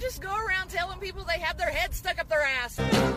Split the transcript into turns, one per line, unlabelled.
just go around telling people they have their head stuck up their ass.